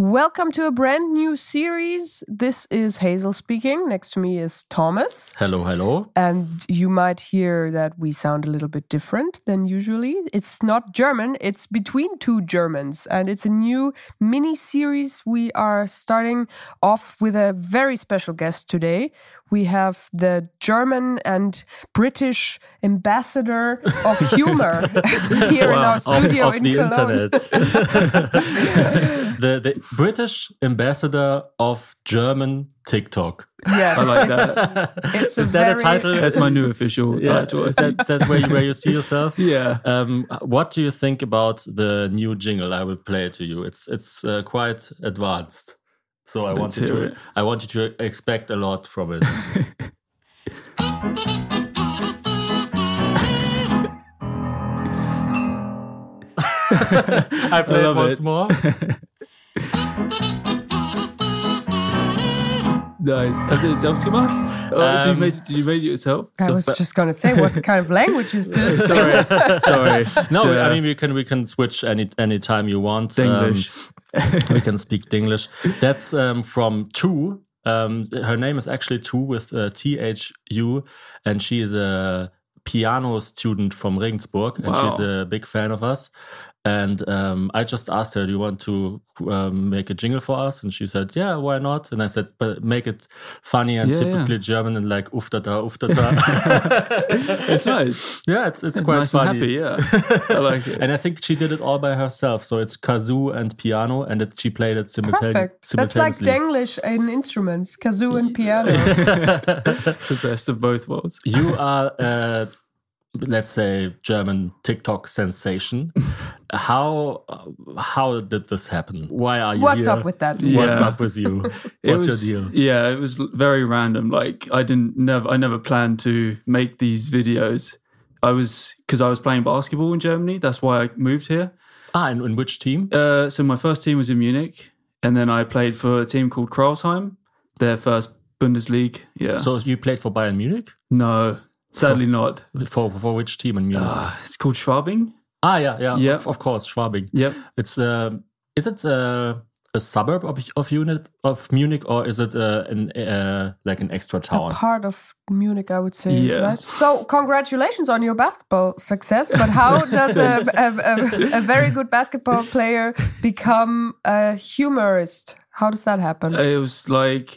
Welcome to a brand new series. This is Hazel speaking. Next to me is Thomas. Hello, hello. And you might hear that we sound a little bit different than usually. It's not German, it's between two Germans. And it's a new mini series. We are starting off with a very special guest today. We have the German and British ambassador of humor here in Wow, our studio Uh, of, of in the Cologne. internet. the, the British ambassador of German TikTok. Yes, I like it's- that. It's Is a that very- a title? That's my new official yeah, title. is that that's where you, where you see yourself? yeah. Um, what do you think about the new jingle I will play to you? It's it's uh, quite advanced, so I want Let's you hear to it. I want you to expect a lot from it. I play it love once it. more. Nice. Have you selbst gemacht? Or do you Um, made, did you made it yourself? I So- was just gonna say, what kind of language is this? sorry. sorry. No, So, uh, I mean we can we can switch any any time you want. Um, English. we can speak English. That's um, from Tu. Um, her name is actually Tu with uh, T H U, and she is a piano student from Regensburg, and Wow. she's a big fan of us. And um, I just asked her, "Do you want to um, make a jingle for us?" And she said, "Yeah, why not?" And I said, "But make it funny and Yeah, yeah. typically German and like uftata uftata." it's nice. yeah, it's it's quite nice funny. and happy, yeah. I like it. And I think she did it all by herself. So it's kazoo and piano, and it, she played it simultane- Perfect. That's like simultaneously. Denglish in instruments, kazoo and piano. the best of both worlds. you are, uh, let's say, German TikTok sensation. how how did this happen? Why are you What's here? up with that? Yeah. What's up with you? It What's was- your deal? Yeah, it was very random. Like I didn't never I never planned to make these videos. I was because I was playing basketball in Germany. That's why I moved here. Ah, and in which team? Uh, so my first team was in Munich, and then I played for a team called Kralsheim, their first Bundesliga. Yeah. So you played for Bayern Munich? no, sadly not. For for which team in Munich? Ah, it's called Schwabing. ah, yeah, yeah, yeah. Of, of course, Schwabing. Yep. It's um is it uh, a suburb of of, unit, of Munich or is it uh, an uh, like an extra A town? part of Munich, I would say. Yes. Right? So, congratulations on your basketball success. But how does a, a, a, a very good basketball player become a humorist? How does that happen? It was like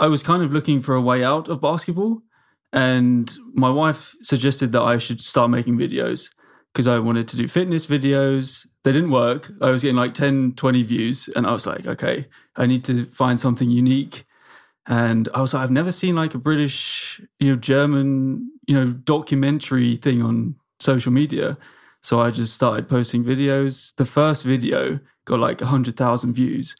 I was kind of looking for a way out of basketball, and my wife suggested that I should start making videos because I wanted to do fitness videos. They didn't work. I was getting like 10, 20 views, and I was like, okay, I need to find something unique. And I was like, I've never seen like a British, you know, German, you know, documentary thing on social media. So I just started posting videos. The first video got like 100,000 views.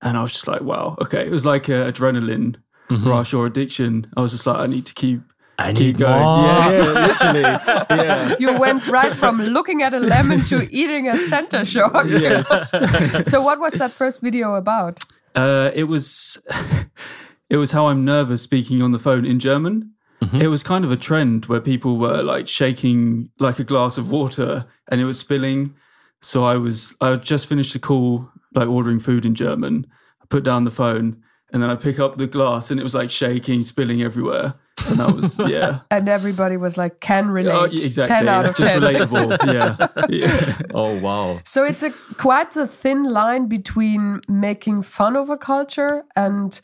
And I was just like, wow, okay. It was like an adrenaline rush or addiction. I was just like, I need to keep, I keep going. Yeah, yeah, literally. yeah. you went right from looking at a lemon to eating a center shock. Yes. So, what was that first video about? Uh, it was it was how I'm nervous speaking on the phone in German. It was kind of a trend where people were like shaking like a glass of water and it was spilling. So I was I had just finished a call like ordering food in German. I put down the phone and then I pick up the glass and it was like shaking, spilling everywhere. And that was yeah. And everybody was like, can relate. Oh, yeah, exactly. 10 out of just 10. relatable. yeah. yeah. Oh wow. So it's a quite a thin line between making fun of a culture and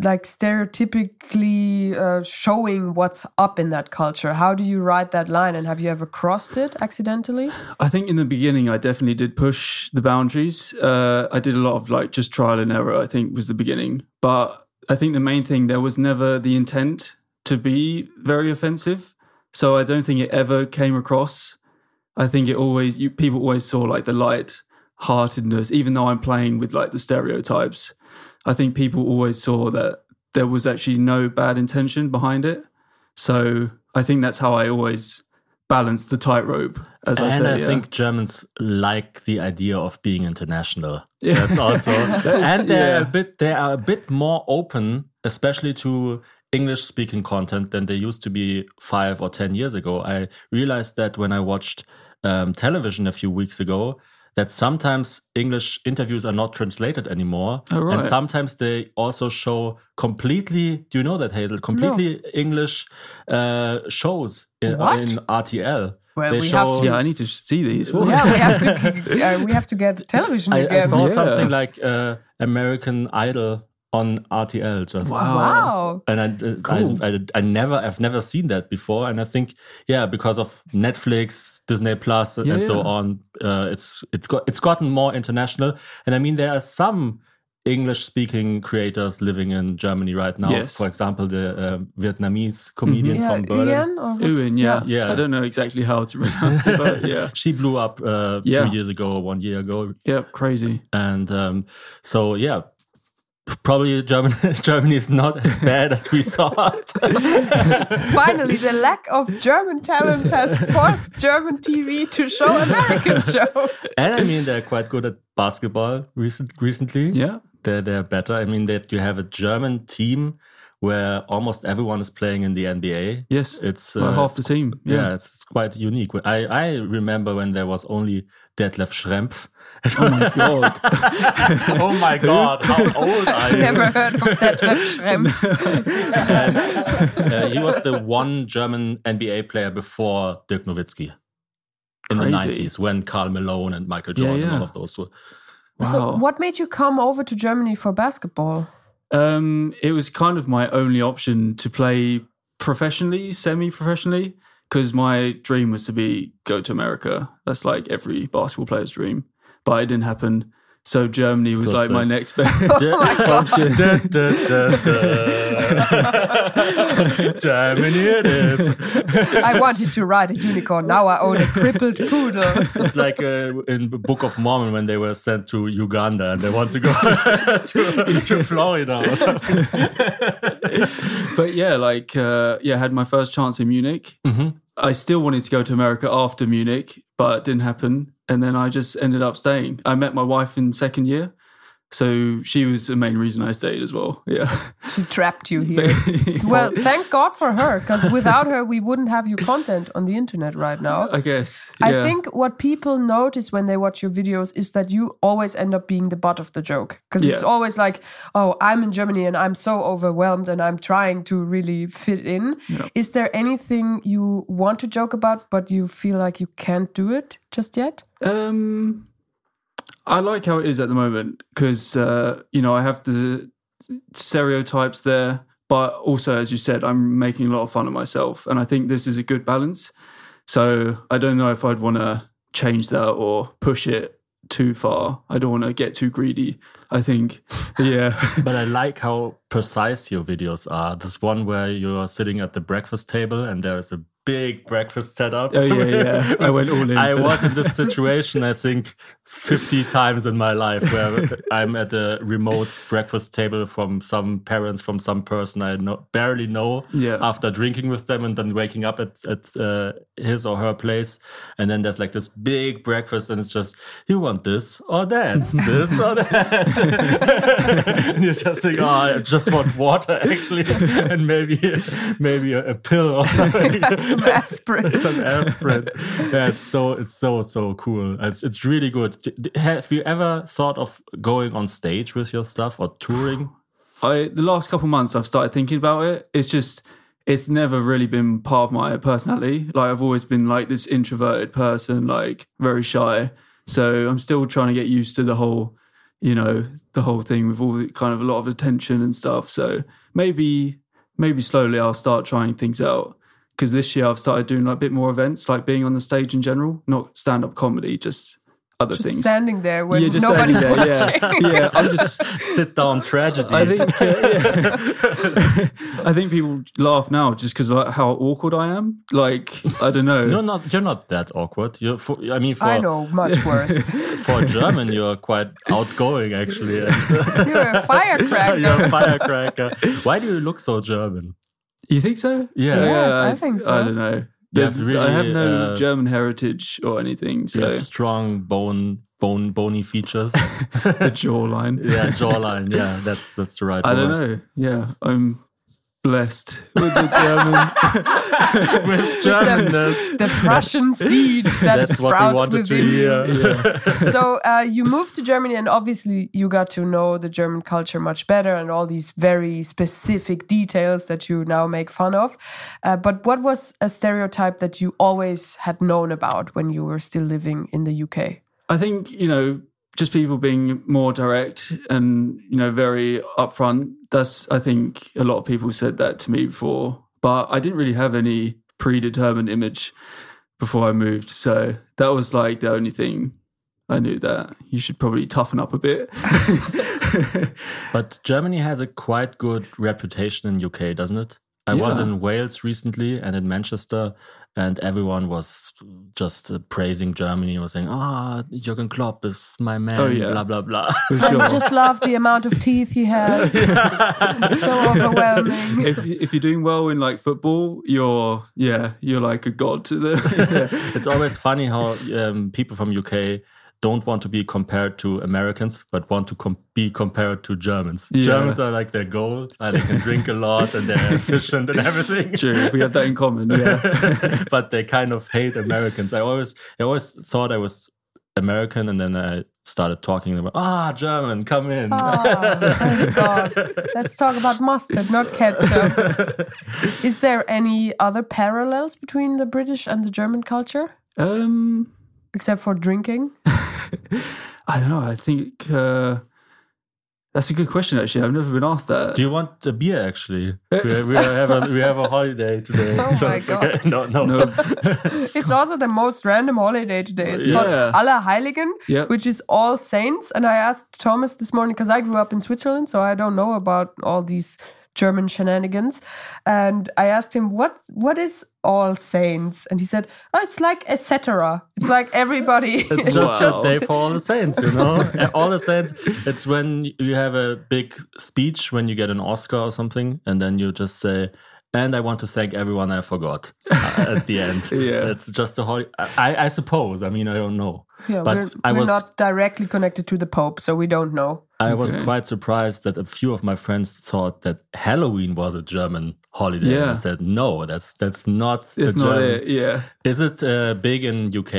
like stereotypically uh, showing what's up in that culture. How do you ride that line and have you ever crossed it accidentally? I think in the beginning, I definitely did push the boundaries. Uh, I did a lot of like just trial and error, I think was the beginning. But I think the main thing, there was never the intent to be very offensive. So I don't think it ever came across. I think it always, you, people always saw like the light heartedness, even though I'm playing with like the stereotypes. I think people always saw that there was actually no bad intention behind it. So I think that's how I always balance the tightrope, as I and say. I yeah. think Germans like the idea of being international. Yeah. That's also and they're a yeah. bit they are a bit more open, especially to English speaking content than they used to be five or ten years ago. I realized that when I watched um, television a few weeks ago. that sometimes English interviews are not translated anymore. Oh, right. And sometimes they also show completely, do you know that, Hazel? Completely English uh, shows in, What? in RTL. Well, they we have show, to- Yeah, I need to see these. What? yeah, we have to uh, we have to get television I, I again. saw Yeah. something like uh, American Idol on RTL just. Wow. Oh, wow. And I, Cool. I, I, I never, I've never seen that before. And I think, yeah, because of Netflix, Disney Plus, and, and so Yeah. on, uh, it's it's got it's gotten more international. And I mean, there are some English-speaking creators living in Germany right now. Yes. Mm-hmm. For example, the uh, Vietnamese comedian Yeah, from Berlin. Ian or what's- Ewan, yeah. Yeah. I don't know exactly how to pronounce it, but yeah. She blew up uh, Yeah. two years ago or one year ago, Yeah, crazy. and um, so yeah, p- probably German, Germany is not as bad as we thought. Finally, the lack of German talent has forced German TV to show American shows. and I mean, they're quite good at basketball recent, recently. Yeah. they're they're better. I mean, that you have a German team where almost everyone is playing in the NBA. Yes. It's Like uh, half the it's- team. Yeah, Yeah. it's, it's quite unique. I, I remember when there was only Detlef Schrempf. Oh my god. oh my God, how old are you? Never heard of that web Schrems. Uh, he was the one German NBA player before Dirk Nowitzki in Crazy. the 90s when Carl Malone and Michael Yeah, Jordan, yeah. all of those were. So, Wow. what made you come over to Germany for basketball? Um, it was kind of my only option to play professionally, semi-professionally, because my dream was to be go to America. That's like every basketball player's dream, but it didn't happen. So Germany was Close like my side. next best. Oh my god. Da, da, da, da. Germany it is. I wanted to ride a unicorn. Now I own a crippled poodle. It's like uh, in the Book of Mormon when they were sent to Uganda and they want to go to, to Florida or something. but yeah, like uh, yeah, I had my first chance in Munich. I still wanted to go to America after Munich, but it didn't happen. And then I just ended up staying. I met my wife in second year, so she was the main reason I stayed as well. Yeah. She trapped you here. Well, thank God for her, because without her, we wouldn't have your content on the internet right now. I guess. I yeah. think what people notice when they watch your videos is that you always end up being the butt of the joke. Because it's Yeah. always like, oh, I'm in Germany and I'm so overwhelmed and I'm trying to really fit in. Is there anything you want to joke about, but you feel like you can't do it just yet? Um, I like how it is at the moment because uh, you know I have the stereotypes there, but also as you said, I'm making a lot of fun of myself, and I think this is a good balance. So I don't know if I'd want to change that or push it too far. I don't want to get too greedy. I think, yeah, But I like how precise your videos are. This one where you're sitting at the breakfast table and there is a big breakfast setup. oh yeah, yeah. I went all in. I for was that. in this situation, I think, 50 times in my life where I'm at a remote breakfast table from some parents, from some person I know, barely know Yeah. after drinking with them and then waking up at, at uh, his or her place. And then there's like this big breakfast, and it's just, you want this or that, this or that. and you're just like, oh, I just want water, actually, and maybe, maybe a, a pill or something Some aspirin. some aspirin. yeah, it's so it's so so cool. It's, it's really good. D- d- Have you ever thought of going on stage with your stuff or touring? I the last couple months I've started thinking about it. It's just it's never really been part of my personality. Like I've always been like this introverted person, like very shy. So I'm still trying to get used to the whole, you know, the whole thing with all the kind of a lot of attention and stuff. So maybe maybe slowly I'll start trying things out. Because this year I've started doing like a bit more events, like being on the stage in general, not stand up comedy, just other Just things. standing there when You're just standing nobody's there, watching. Yeah, yeah. I'm just Sit down tragedy. I think uh, I think people laugh now just because of how awkward I am. Like I don't know. you're not you're not that awkward. You're for, I mean I for know, much worse. for German you're quite outgoing actually. And, You're a firecracker. you're a firecracker. Why do you look so German? you think so? Yeah. Yes, I think so. I don't know. There's, have really, I have no uh, German heritage or anything, You so have strong bone bone bony features. the jawline. yeah, jawline. Yeah, that's that's the right I don't word. know. Yeah, I'm blessed with the German. With the- Germanness. The Prussian seed that That's what we sprouts wanted to within hear. so uh, you moved to Germany, and obviously you got to know the German culture much better and all these very specific details that you now make fun of. Uh, but what was a stereotype that you always had known about when you were still living in the UK? I think, you know, just people being more direct and, you know, very upfront. That's, I think, a lot of people said that to me before, but I didn't really have any predetermined image before I moved. So that was like the only thing I knew that you should probably toughen up a bit. But Germany has a quite good reputation in UK, doesn't it? I was Yeah. in Wales recently and in Manchester, and everyone was just uh, praising Germany. Was saying, "Ah, Jurgen Klopp is my man." Oh, yeah. Blah blah blah. For I sure. just love the amount of teeth he has. It's so overwhelming. if, if you're doing well in like football, you're, yeah, you're like a god to the. it's always funny how um, people from UK don't want to be compared to Americans, but want to com- be compared to Germans. Yeah. Germans are like they're gold, and they can drink a lot, and they're efficient and everything. True, we have that in common. Yeah. but they kind of hate Americans. I always, I always thought I was American, and then I started talking about ah, German, come in. Ah, thank God. Let's talk about mustard, not ketchup. Is there any other parallels between the British and the German culture, Um, except for drinking? I don't know. I think uh, that's a good question. Actually, I've never been asked that. Do you want a beer? Actually, we, we have a we have a holiday today. Oh my it's okay. No, no. no, It's also the most random holiday today. It's Yeah. called Allerheiligen, Yeah. which is All Saints. And I asked Thomas this morning because I grew up in Switzerland, so I don't know about all these German shenanigans. And I asked him, "What what is All Saints?" And he said, "Oh, it's like etc. It's like everybody. It's just just- a day for all the saints, you know. all the saints. It's when you have a big speech when you get an Oscar or something, and then you just say, "And I want to thank everyone I forgot." uh, at the end, Yeah. it's just a whole. I, I suppose. I mean, I don't know. Yeah, but we're, I we're was not directly connected to the Pope, so we don't know. I was Okay. quite surprised that a few of my friends thought that Halloween was a German holiday. And I Yeah. said, "No, that's that's not. it's a not German. it. Yeah, Is it uh, big in UK?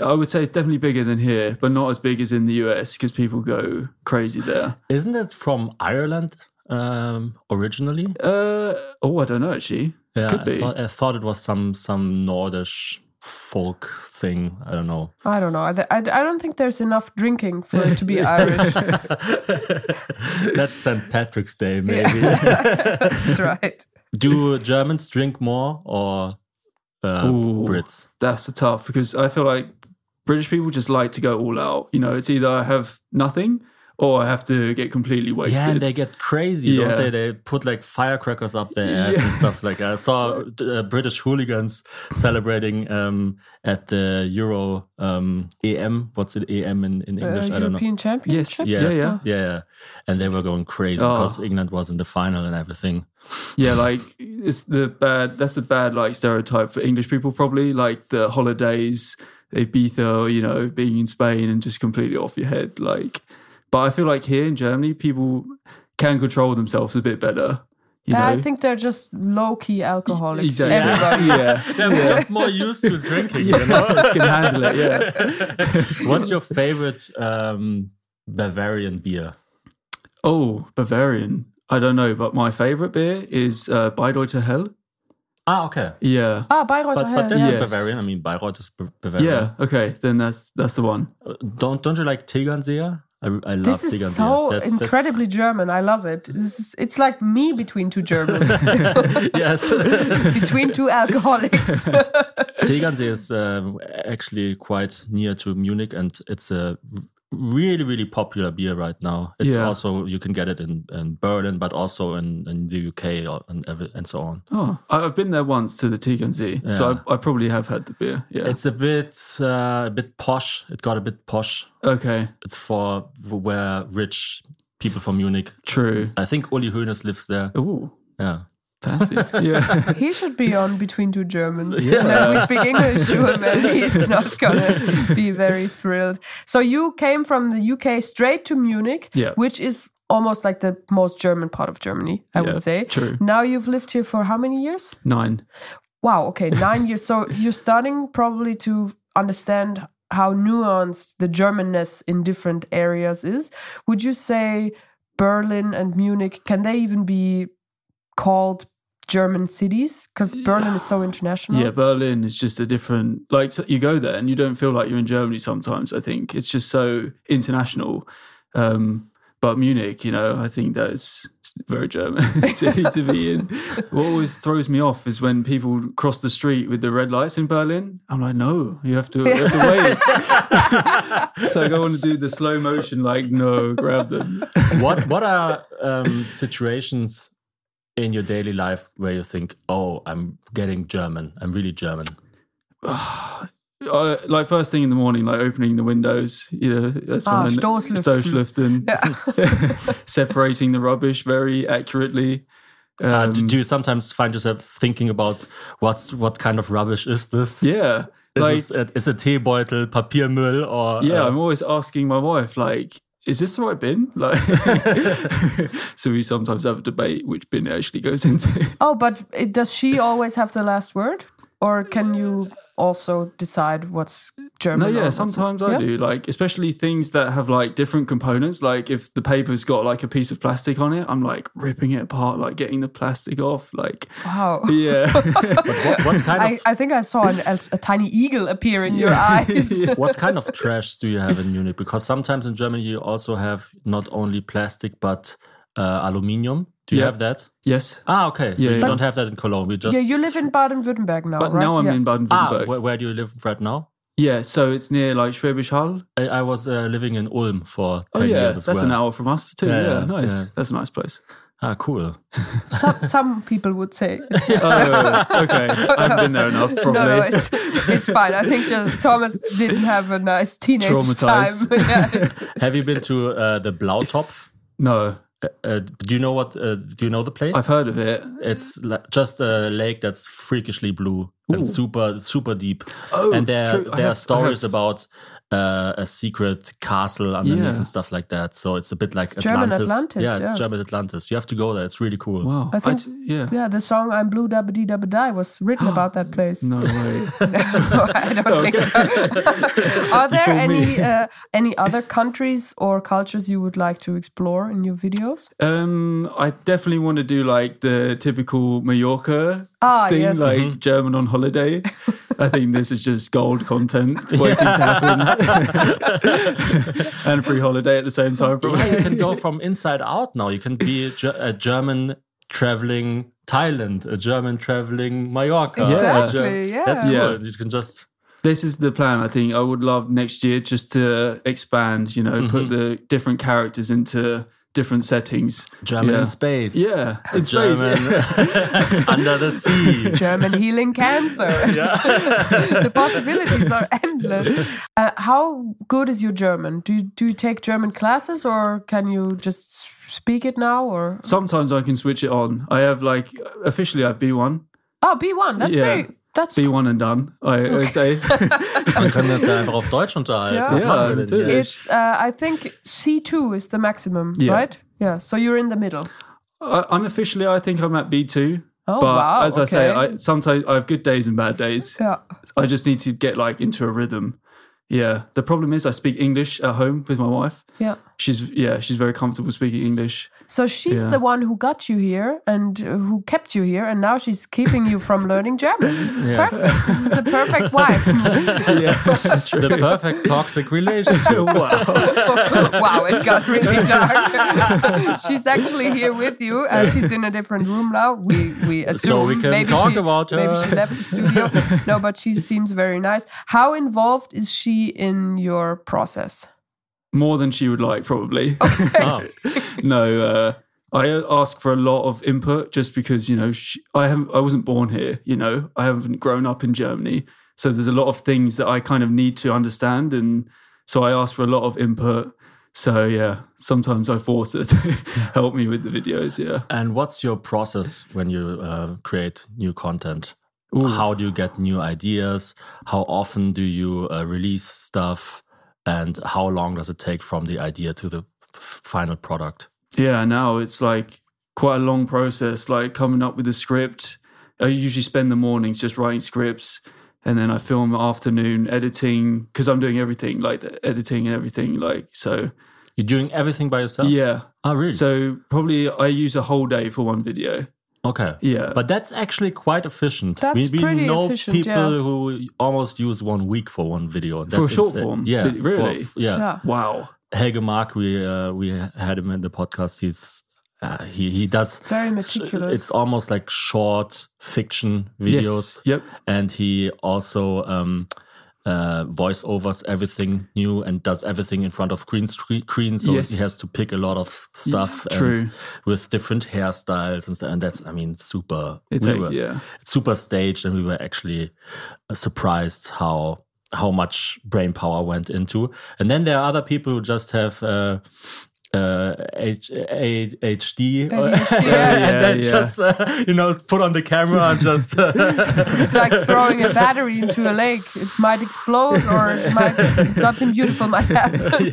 I would say it's definitely bigger than here, but not as big as in the US because people go crazy there. Isn't it from Ireland um, originally? Uh, oh, I don't know. Actually, Yeah, could I, be. thought, I thought it was some some Nordish folk thing. I don't know. I don't know. I, I, I don't think there's enough drinking for it to be Irish. That's St. Patrick's Day, maybe. That's right. Do Germans drink more or uh, Ooh. Brits? That's the tough because I feel like British people just like to go all out. You know, it's either I have nothing or I have to get completely wasted. Yeah, and they get crazy, don't Yeah. they? They put like firecrackers up their ass Yeah. and stuff like that. I saw uh, British hooligans celebrating um, at the Euro um, EM. What's it, EM in, in Uh, English? I don't know. European Championship. Yeah, Yes, yeah. yeah, yeah. And they were going crazy Oh. because England was in the final and everything. Yeah, like it's the bad. That's the bad like stereotype for English people, probably like the holidays, Ibiza, you know, being in Spain and just completely off your head. Like, but I feel like here in Germany, people can control themselves a bit better. You know, Uh, I think they're just low key alcoholics. Exactly. Everybody. yeah, Yeah, we're just more used to drinking. You yeah, can handle it. Yeah. know? What's your favorite um, Bavarian beer? Oh, Bavarian. I don't know, but my favorite beer is uh, Bayreuther Hell. Ah, okay. Yeah. Ah, Bayreuth But, but Hell. that's Yeah. not Yes. Bavarian. I mean, Bayreuth is Bav- Oh. Bavarian. Yeah. Okay. Then that's that's the one. Yeah. Don't don't you like Tegernseer? I, I love This Tegernseer. is so That's- that's- incredibly German. I love it. This is, it's like me between two Germans, yes. between two alcoholics. Tegernsee is um, actually quite near to Munich, and it's a really, really popular beer right now. It's Yeah. also you can get it in, in Berlin, but also in, in the UK or, and every, and so on. Oh, I- I've been there once to the Tegernsee, so I, I probably have had the beer. Yeah. It's a bit uh, a bit posh. It got a bit posh. okay. It's for where rich people from Munich. True. I think Uli Hoeneß lives there. Ooh, Yeah. fancy. yeah. he should be on Between Two Germans. And then we speak English to him, and he's not gonna be very thrilled. So you came from the UK straight to Munich, Yeah. which is almost like the most German part of Germany, I Yeah, would say. Mm. true. Now you've lived here for how many years? Nine. Wow, okay, nine years. So you're starting probably to understand how nuanced the Germanness in different areas is. Would you say Berlin and Munich, can they even be called German cities? Because Berlin is so international. Yeah, Berlin is just a different. Like so you go there and you don't feel like you're in Germany. Sometimes I think it's just so international. Um, but Munich, you know, I think that's very German city to be in. What always throws me off is when people cross the street with the red lights in Berlin. I'm like, no, you have to, you have to wait. so I go on to do the slow motion, like, no, grab them. what what are um, situations in your daily life where you think, "Oh, I'm getting German. I'm really German." I, Uh, like first thing in the morning, like opening the windows, you know, that's Ah, one. Stoßlüften. Stoßlüften. Yeah. Separating the rubbish very accurately. Uh, d- Um, do you sometimes find yourself thinking about what's what kind of rubbish is this? yeah. Is Like, this a, is a Teebeutel Papiermüll or yeah, uh, I'm always asking my wife, like, is this the right bin? Like, so we sometimes have a debate which bin it actually goes into. Oh, but it, does she always have the last word? Or can you also decide what's German? No, or yeah, what's not? sometimes I Oh, Yeah? do. Like, especially things that have like different components. Like, if the paper's got like a piece of plastic on it, I'm like ripping it apart, like getting the plastic off. Like, Wow. yeah. what, what kind I, of I think I saw an, a, a tiny eagle appear in your eyes. what kind of trash do you have in Munich? Because sometimes in Germany you also have not only plastic but uh, aluminium. Do you Yeah. have that? yes. Ah, okay. Yeah, you yeah. don't have that in Cologne. We just yeah, you live in Baden-Württemberg now, But right? now I'm yeah. in Baden ah, Württemberg. where, where do you live right now? yeah, so it's near like Schwäbisch Hall. I, I was uh, living in Ulm for Oh, 10 yeah. years as That's well. an hour from us, too. Yeah, Yeah, yeah, nice. yeah. That's a nice place. Ah, cool. some, some people would say. it's- oh, okay. I haven't been there enough, probably. No, no, it's, it's fine. I think just Thomas didn't have a nice teenage Traumatized. time. yeah, it's- Have you been to uh, the Blautopf? No, Uh, do you know what? Uh, do you know the place? I've heard of it. It's li- just a lake that's freakishly blue and super super deep. Oh, and there true. I there are have- I stories about uh, a secret castle underneath Yeah. and stuff like that. So it's a bit like German Atlantis. Atlantis, Yeah, it's yeah. German Atlantis. You have to go there. It's really cool. Wow. I think- Oh, I'd- yeah. yeah, the song "I'm Blue Dabba Dee Dabba Die" was written about that place. No way. I don't think so. Are there fooled me. any uh, any other countries or cultures you would like to explore in your videos? Um, I definitely want to do like the typical Mallorca Ah, thing, yes. like Mm-hmm. German on holiday. I think this is just gold content waiting to happen, and free holiday at the same time. Yeah, Probably. you can go from inside out now. You can be a, Ge- a German traveling Thailand, a German traveling Mallorca. a Exactly, Ger- yeah. That's cool. Yeah. You can just This is the plan. I think I would love next year just to expand. You know, put Mm-hmm. the different characters into different settings. German yeah. in space. Yeah, it's German German. under the sea. German healing cancer. the possibilities are endless. Uh, how good is your German? Do you, do you take German classes or can you just speak it now? Or Sometimes I can switch it on. I have like officially I have B one, oh, B one. That's Yeah. very that's B one and done. I, I would say. Dann können wir uns ja einfach auf Deutsch unterhalten. Ja. Was Ja, machen wir denn natürlich. hier? it's. Uh, I think C two is the maximum, Yeah. right? Yeah. So you're in the middle. Uh, unofficially, I think I'm at B two. Oh, but wow, as I say, okay. I sometimes I have good days and bad days. Yeah. I just need to get like into a rhythm. Yeah. The problem is I speak English at home with my wife. Yeah. She's yeah, she's very comfortable speaking English. So she's Yeah. the one who got you here and uh, who kept you here, and now she's keeping you from learning German. This is Yes. perfect. This is the perfect wife. Yeah. The perfect toxic relationship. wow. wow, it got really dark. she's actually here with you. Uh, she's in a different room now. We we assume we can maybe talk she, about uh, Maybe her. she left the studio. No, but she seems very nice. How involved is she in your process? More than she would like, probably. Oh. no, uh, I ask for a lot of input just because you know sh I haven't, I wasn't born here. You know, I haven't grown up in Germany, so there's a lot of things that I kind of need to understand, and so I ask for a lot of input. So yeah, sometimes I force her to help me with the videos. Yeah, And what's your process when you uh, create new content? How do you get new ideas? How often do you uh, release stuff? And how long does it take from the idea to the f- final product? yeah, now it's like quite a long process, like coming up with the script. I usually spend the mornings just writing scripts and then I film afternoon editing because I'm doing everything like the editing and everything. Like, so You're doing everything by yourself? yeah. Oh, really? So probably I use a whole day for one video. okay. Yeah. But that's actually quite efficient. That's we we pretty know efficient, people yeah. who almost use one week for one video. That's short insane. form Yeah. vid- really? for- yeah. Yeah. wow. Helge Mark, we uh, we had him in the podcast. He's uh, he he does Very meticulous. It's almost like short fiction Yes. videos, Yep. and he also um, uh, voiceovers everything new and does everything in front of green screen. So Yes. he has to pick a lot of stuff true. And with different hairstyles and stuff. And that's I mean super. It's we like, were- yeah. it's super staged, and we were actually uh, surprised how how much brain power went into. And then there are other people who just have. Uh, uh, H- A- HD, ADHD, yeah. and then Yeah, yeah. just uh, you know put on the camera and just uh, It's like throwing a battery into a lake. It might explode or it might, something beautiful might happen.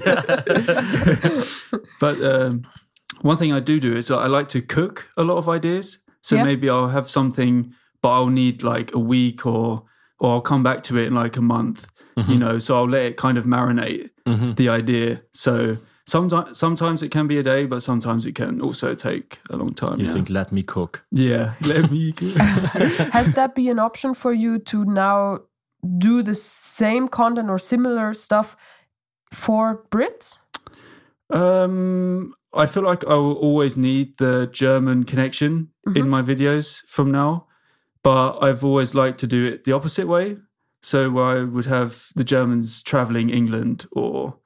But um, one thing I do do is I like to cook a lot of ideas. So Yeah. maybe I'll have something, but I'll need like a week or or I'll come back to it in like a month. Mm-hmm. You know, so I'll let it kind of marinate the idea. So sometimes sometimes it can be a day, but sometimes it can also take a long time. you yeah. think let me cook. Yeah. Let me cook. Has that been an option for you to now do the same content or similar stuff for Brits? Um, I feel like I will always need the German connection in my videos from now, but I've always liked to do it the opposite way. So where I would have the Germans traveling England, or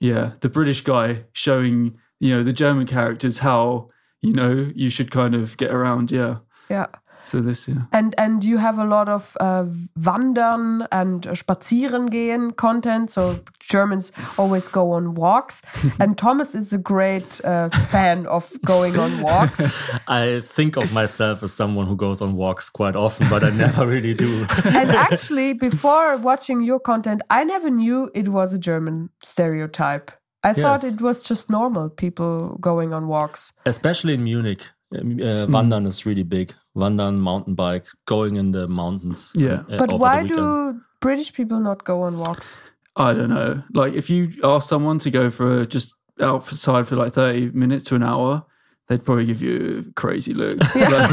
yeah, the British guy showing you know the German characters how you know you should kind of get around. Yeah, Yeah. so this yeah. And and you have a lot of uh, wandern and spazieren gehen content. So Germans always go on walks. and Thomas is a great uh, fan of going on walks. I think of myself as someone who goes on walks quite often, but I never really do. and actually, before watching your content, I never knew it was a German stereotype. I thought Yes. it was just normal people going on walks. Especially in Munich, um, uh, wandern is really big. Wandern, mountain bike, going in the mountains. uh, Yeah. But over the why weekend. do British people not go on walks? I don't know. Like if you ask someone to go for a, just outside for like thirty minutes to an hour, they'd probably give you a crazy look. Like, yeah.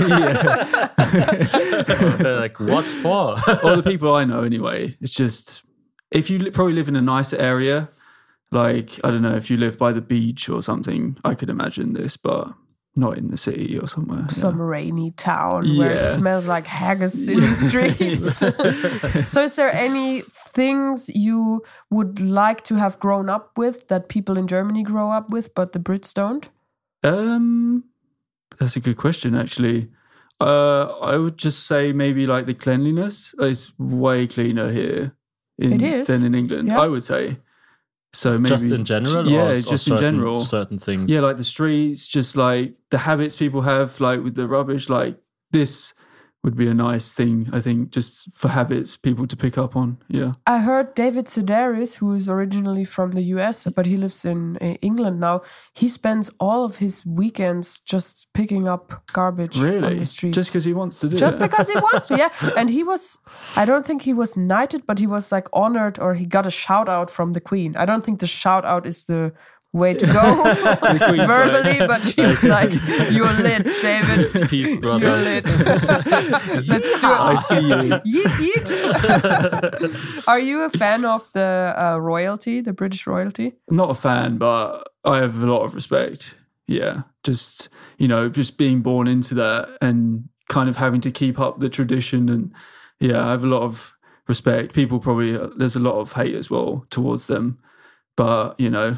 They're like what for? All the people I know, anyway. It's just if you li- probably live in a nicer area, like I don't know, if you live by the beach or something, I could imagine this, but not in the city or somewhere. yeah. Some rainy town where it Yeah. smells like haggis in the streets. so, is there any things you would like to have grown up with that people in Germany grow up with, but the Brits don't? Um, that's a good question, actually. Uh, I would just say maybe like the cleanliness is way cleaner here in, It is. than in England. Yeah. I would say. So maybe just in general? yeah, or, or just in certain- general, Certain things. yeah, like the streets, just like the habits people have, like with the rubbish, like this would be a nice thing, I think, just for habits people to pick up on. Yeah. I heard David Sedaris, who is originally from the US, but he lives in uh, England now. He spends all of his weekends just picking up garbage on Really? the streets. Just because he wants to do Just it. because he wants to, yeah. And he was, I don't think he was knighted, but he was like honored or he got a shout out from the queen. I don't think the shout out is the way to go queen's verbally, but she was like, You're lit, David. Peace, You're brother. lit. Let's do it. I see you. Yeet, yeet. Are you a fan of the uh, royalty, the British royalty? not a fan, but I have a lot of respect. Yeah. Just, you know, just being born into that and kind of having to keep up the tradition. And yeah, I have a lot of respect. People probably, there's a lot of hate as well towards them, but, you know,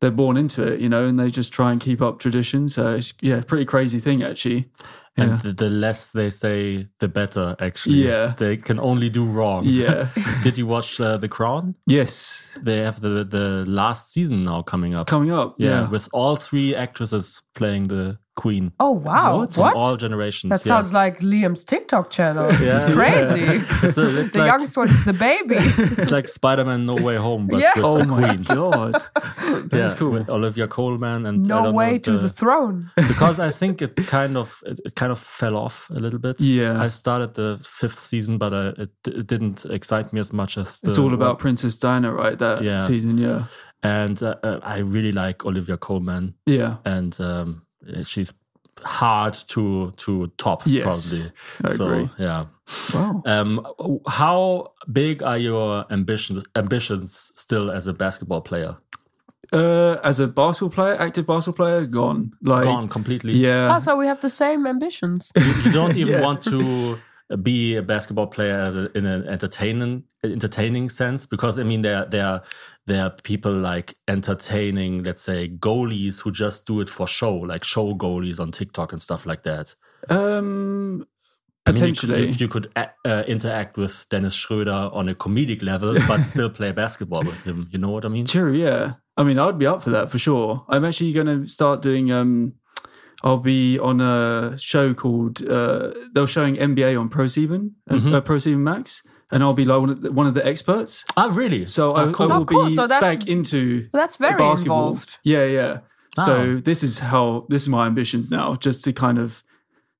they're born into it, you know, and they just try and keep up tradition. So it's, yeah, pretty crazy thing actually. And Yeah. the, the less they say, the better. Actually, Yeah. they can only do wrong. Yeah. Did you watch uh, The Crown? yes. They have the the last season now coming up. Coming up. yeah, Yeah. with all three actresses playing the queen. Oh wow! What? What? From All generations. that sounds yes. like Liam's TikTok channel. This Yeah. is crazy. It's, a- it's the like, youngest one is the baby. it's like Spider-Man: No Way Home, but Yeah. with Oh the my Queen. god, that's yeah, cool. With Olivia Colman and I no don't know way to the- the throne. because I think it kind of it, it kind of fell off a little bit. Yeah. I started the fifth season, but I, it, it didn't excite me as much as the it's all about Princess Diana, right? That Yeah. season, yeah, And uh, uh, I really like Olivia Colman, yeah. and um, she's hard to to top Yes, probably. I so agree. yeah. Wow. Um, how big are your ambitions ambitions still as a basketball player? Uh, as a basketball player, active basketball player, gone. Like, Gone completely. yeah, Oh, so we have the same ambitions. You don't even Yeah. want to be a basketball player as a, in an entertaining entertaining sense because I mean there there there are people like entertaining let's say goalies who just do it for show like show goalies on TikTok and stuff like that. um, I mean, you could- potentially. you, you could a- uh, interact with Dennis Schröder on a comedic level but still play basketball with him. You know what I mean? True, yeah. I mean, I'd be up for that for sure. I'm actually going to start doing. um I'll be on a show called. Uh, they're showing NBA on ProSieben, Mhm. uh, ProSieben Max, and I'll be like one of the, one of the experts. Ah, really? So Ah, I, cool. I Oh, will cool. be So that's- back into That's very basketball. involved. Yeah, yeah. So Wow. this is how this is my ambitions now, just to kind of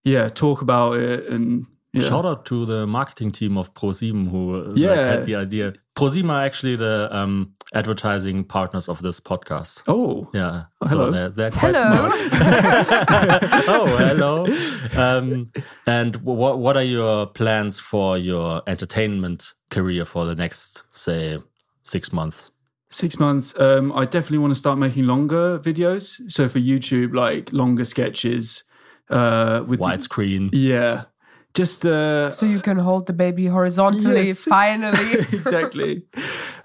yeah talk about it and yeah. Shout out to the marketing team of ProSieben who uh, like, Yeah. had the idea. ProSieben are actually the um, advertising partners of this podcast. Oh, Yeah. hello. So they're, they're quite Hello. smart. oh, hello. Um, and what what are your plans for your entertainment career for the next, say, six months? Six months. Um, I definitely want to start making longer videos. So for YouTube, like longer sketches. Uh, with Widescreen. yeah, just uh, So you can hold the baby horizontally. Yes. Finally, exactly.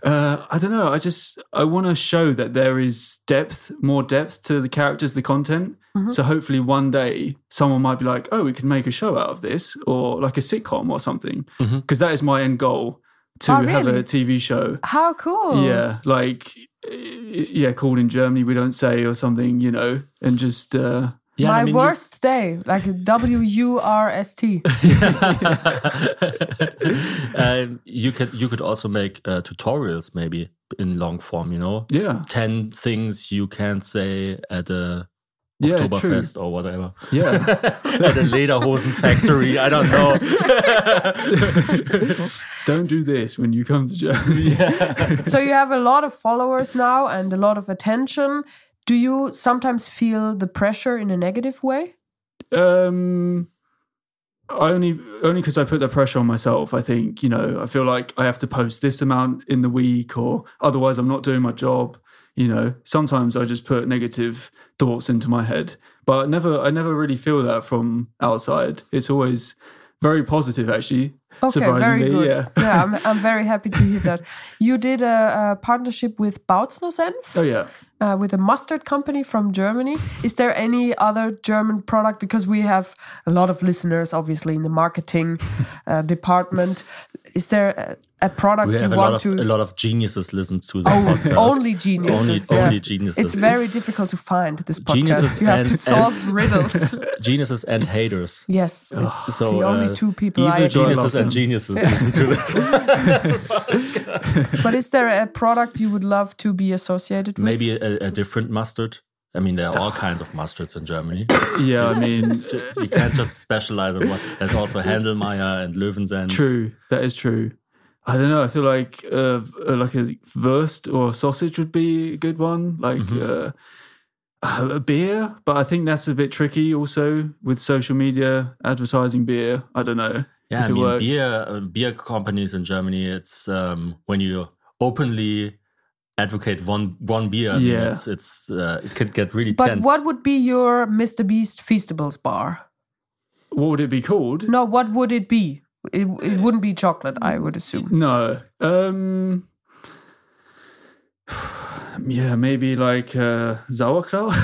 Uh, I don't know. I just I want to show that there is depth, more depth to the characters, the content. Mm-hmm. So hopefully one day someone might be like, "Oh, we could make a show out of this," or like a sitcom or something. Because Mhm. is my end goal to Mm-hmm. Oh, have a really? Oh. TV show. how cool! Yeah, like uh, yeah, called in Germany, we don't say or something, you know, and just uh, Yeah, My I mean, you- worst day, like W U R S T. um, you could you could also make uh, tutorials maybe in long form. You know, yeah, 10 things you can't say at a yeah, true. Oktoberfest or whatever. Yeah, at a Lederhosen factory. I don't know. don't do this when you come to Germany. so you have a lot of followers now and a lot of attention. Do you sometimes feel the pressure in a negative way? Um, I only only because I put the pressure on myself. I think you know. I feel like I have to post this amount in the week, or otherwise I'm not doing my job. You know. Sometimes I just put negative thoughts into my head, but never. I never really feel that from outside. It's always very positive, actually. Okay, very surprisingly, good. yeah. I'm, I'm very happy to hear that. You did a, a partnership with Bautzner Senf, Oh yeah. uh, with a mustard company from Germany. Is there any other German product? Because we have a lot of listeners, obviously, in the marketing uh, department. Is there a, a product We you have a lot, want of, to? a lot of geniuses listen to the Oh, podcast. only geniuses. Only- yeah. only geniuses. It's very difficult to find this podcast. Geniuses you have and- to solve riddles. Geniuses and haters. Yes, it's So the only uh, two people I evil actually- I geniuses love and them. geniuses listen to this. But is there a product you would love to be associated with? Maybe a, a different mustard. I mean, there are all kinds of mustards in Germany. Yeah. I mean, you can't just specialize on one. There's also Handelmeyer and Löwenzahn. True, that is true. I don't know. I feel like uh, v- uh, like a Wurst or a sausage would be a good one. Like Mm-hmm. uh, uh, a beer, but I think that's a bit tricky. Also with social media advertising beer, I don't know Yeah, if I it mean, works. beer uh, beer companies in Germany. It's um, when you openly advocate one one beer. I mean, Yeah. it's, it's uh, it could get really but tense. what would be your Mr. Beast Feastables bar? What would it be called? No, what would it be? It, it wouldn't be chocolate, I would assume. No. Um, yeah, maybe like uh, sauerkraut.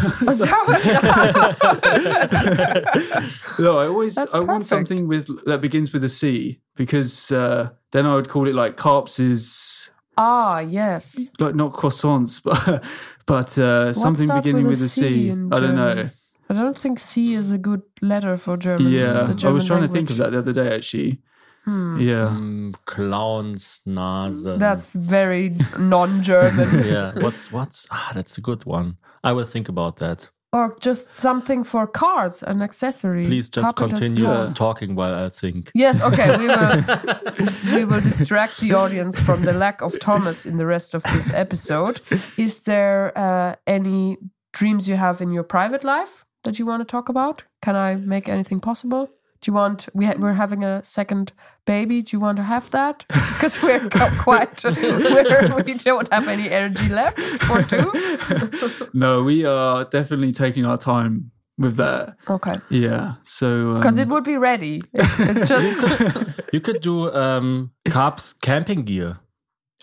No, I always That's I want perfect. something with that begins with a C because uh, then I would call it like carps is ah, yes. like not croissants, but but uh, something starts beginning with a with C a C. in I don't know. German? I don't think C is a good letter for German. Yeah, the I German was trying to think language. of Hmm. that the other day actually. Yeah, Um, Clowns, Nase. That's very non-German. yeah. What's what's ah? That's a good one. I will think about that. or just something for cars, an accessory. Please just Carpenter's continue car. talking while I think. Yes, okay, we will we will distract the audience from the lack of Thomas in the rest of this episode. Is there uh, any dreams you have in your private life that you want to talk about? Can I make anything possible? Do you want we ha- we're having a second baby? Do you want to have that? Because we're co- quite we're, we don't have any energy left for two. no, we are definitely taking our time with that. Okay, Yeah, so um, because it would be ready. It, it just You could do um Carp's camping gear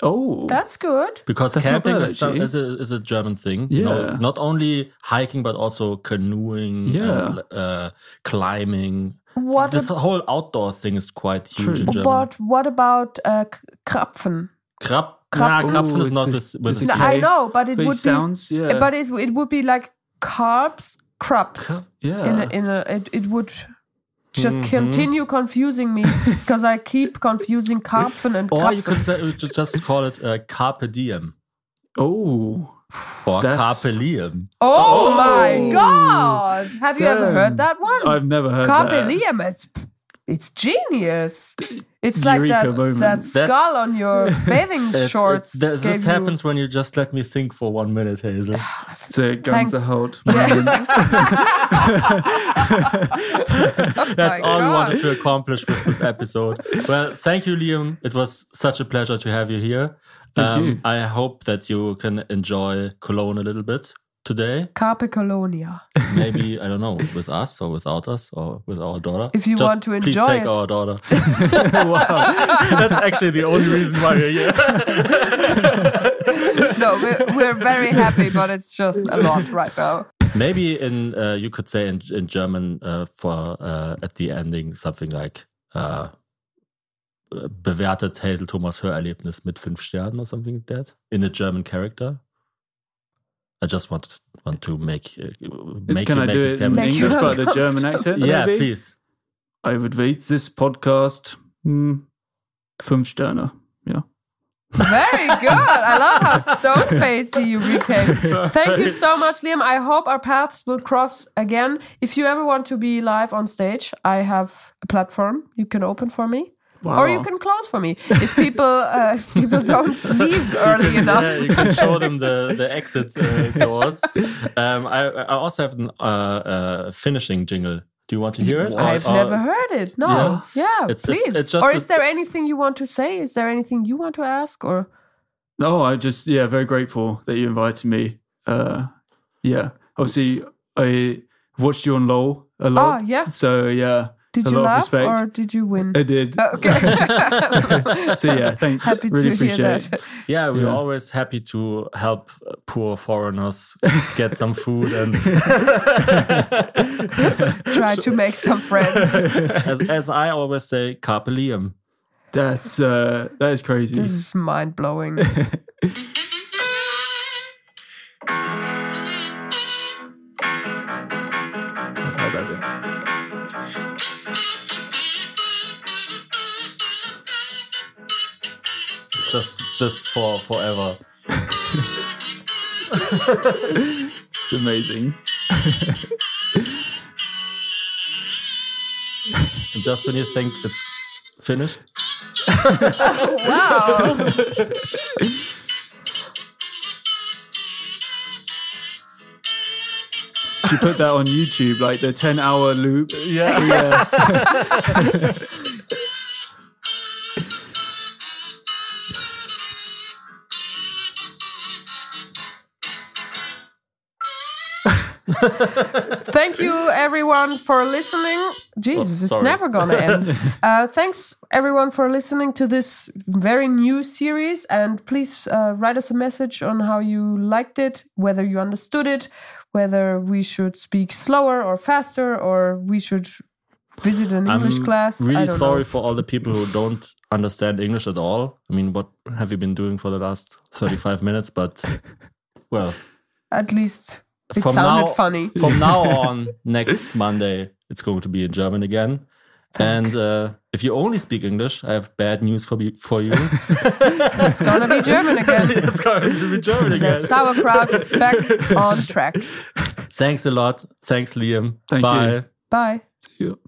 oh, that's good. because That's not camping bad, is, some, actually. is a is a German thing. Yeah. No, not only hiking but also canoeing Yeah. and uh, climbing. What this whole outdoor thing is quite huge True. in Germany. But what about uh, k- Krapfen? Krap- Krapfen. Nah, Krapfen Ooh, is not it's with, a- with it's a a C. I Okay. know, but it but it would sounds be, uh, yeah, but it, it would be like carbs, crabs. yeah, uh. In a, in a, it, it would just Mhm. continue confusing me because I keep confusing Karpfen and Or Oh, you Krapfen. could say, you should just call it uh, Carpe Diem oh, or That's- Carpe Liem. Oh, my Oh. God! Have you ever Damn. heard that one? I've never heard Carpe that. diem, it's, it's genius. It's like Eureka that, moment. that That- skull on your bathing It's- shorts. it's- th- gave this you- happens when you just let me think for one minute, Hazel. To Thank- guns a hold. Yes. That's Oh my all we God. wanted to accomplish with this episode. well, thank you, Liam. It was such a pleasure to have you here. Um, Thank you. I hope that you can enjoy Cologne a little bit today. Carpe Colonia. Maybe, I don't know, with us or without us or with our daughter. If you Just want to enjoy Please take it. our daughter. That's actually the only reason why we're here. no, we're, we're very happy, but it's just a lot right now. Maybe in uh, you could say in, in German uh, for uh, at the ending something like uh, bewertet Hazel Thomas Hörerlebnis mit fünf Sternen or something like that in a German character. I just want want to make uh, make Can you I make do it it in German. Make you English but a uncomfortable. German accent? yeah, maybe? please. I would rate this podcast mm, fünf Sterne. Yeah. Very good. I love how stone faced you became. Thank you so much, Liam. I hope our paths will cross again. If you ever want to be live on stage, I have a platform you can open for me. Or you Oh. Wow. can close for me if people uh, if people don't leave early Yeah, enough. you can show them the the exit uh, doors. Um, I I also have an uh, uh, finishing jingle. Do you want to hear it? I've Or- or- never heard it. No, yeah, Uh, It's- please. it's- it's just or a- is there anything you want to say? Is there anything you want to ask? Or No, I just yeah, very grateful that you invited me. Uh, yeah, obviously I watched you on LOL a Ah, lot. yeah. So yeah, did a you lot of laugh respect. or did you win? I did. Okay. so yeah, thanks. Happy really to hear appreciate that. it. Yeah, we're Yeah. always happy to help uh, poor foreigners get some food and Try to make some friends. as, as I always say, carpe diem. That's uh, that is crazy. This is mind blowing. I love it. Just this for forever. It's amazing. And just when you think it's finished, Wow. You put that on YouTube, like the ten-hour loop. yeah, Thank you, everyone, for listening. Jesus, Oh, it's sorry. never going to end. Uh, thanks, everyone, for listening to this very new series. And please uh, write us a message on how you liked it, whether you understood it, whether we should speak slower or faster, or we should visit an English I'm class. I really don't sorry know. for all the people who don't understand English at all. I mean, what have you been doing for the last 35 minutes? But well, At least It from sounded now funny. from now on, next Monday, it's going to be in German again. And uh, if you only speak English, I have bad news for be- for you. It's gonna be German again. it's going to be German The again. sauerkraut is back on track. Thanks a lot. Thanks, Liam. Thank Bye. you. Bye. Yeah.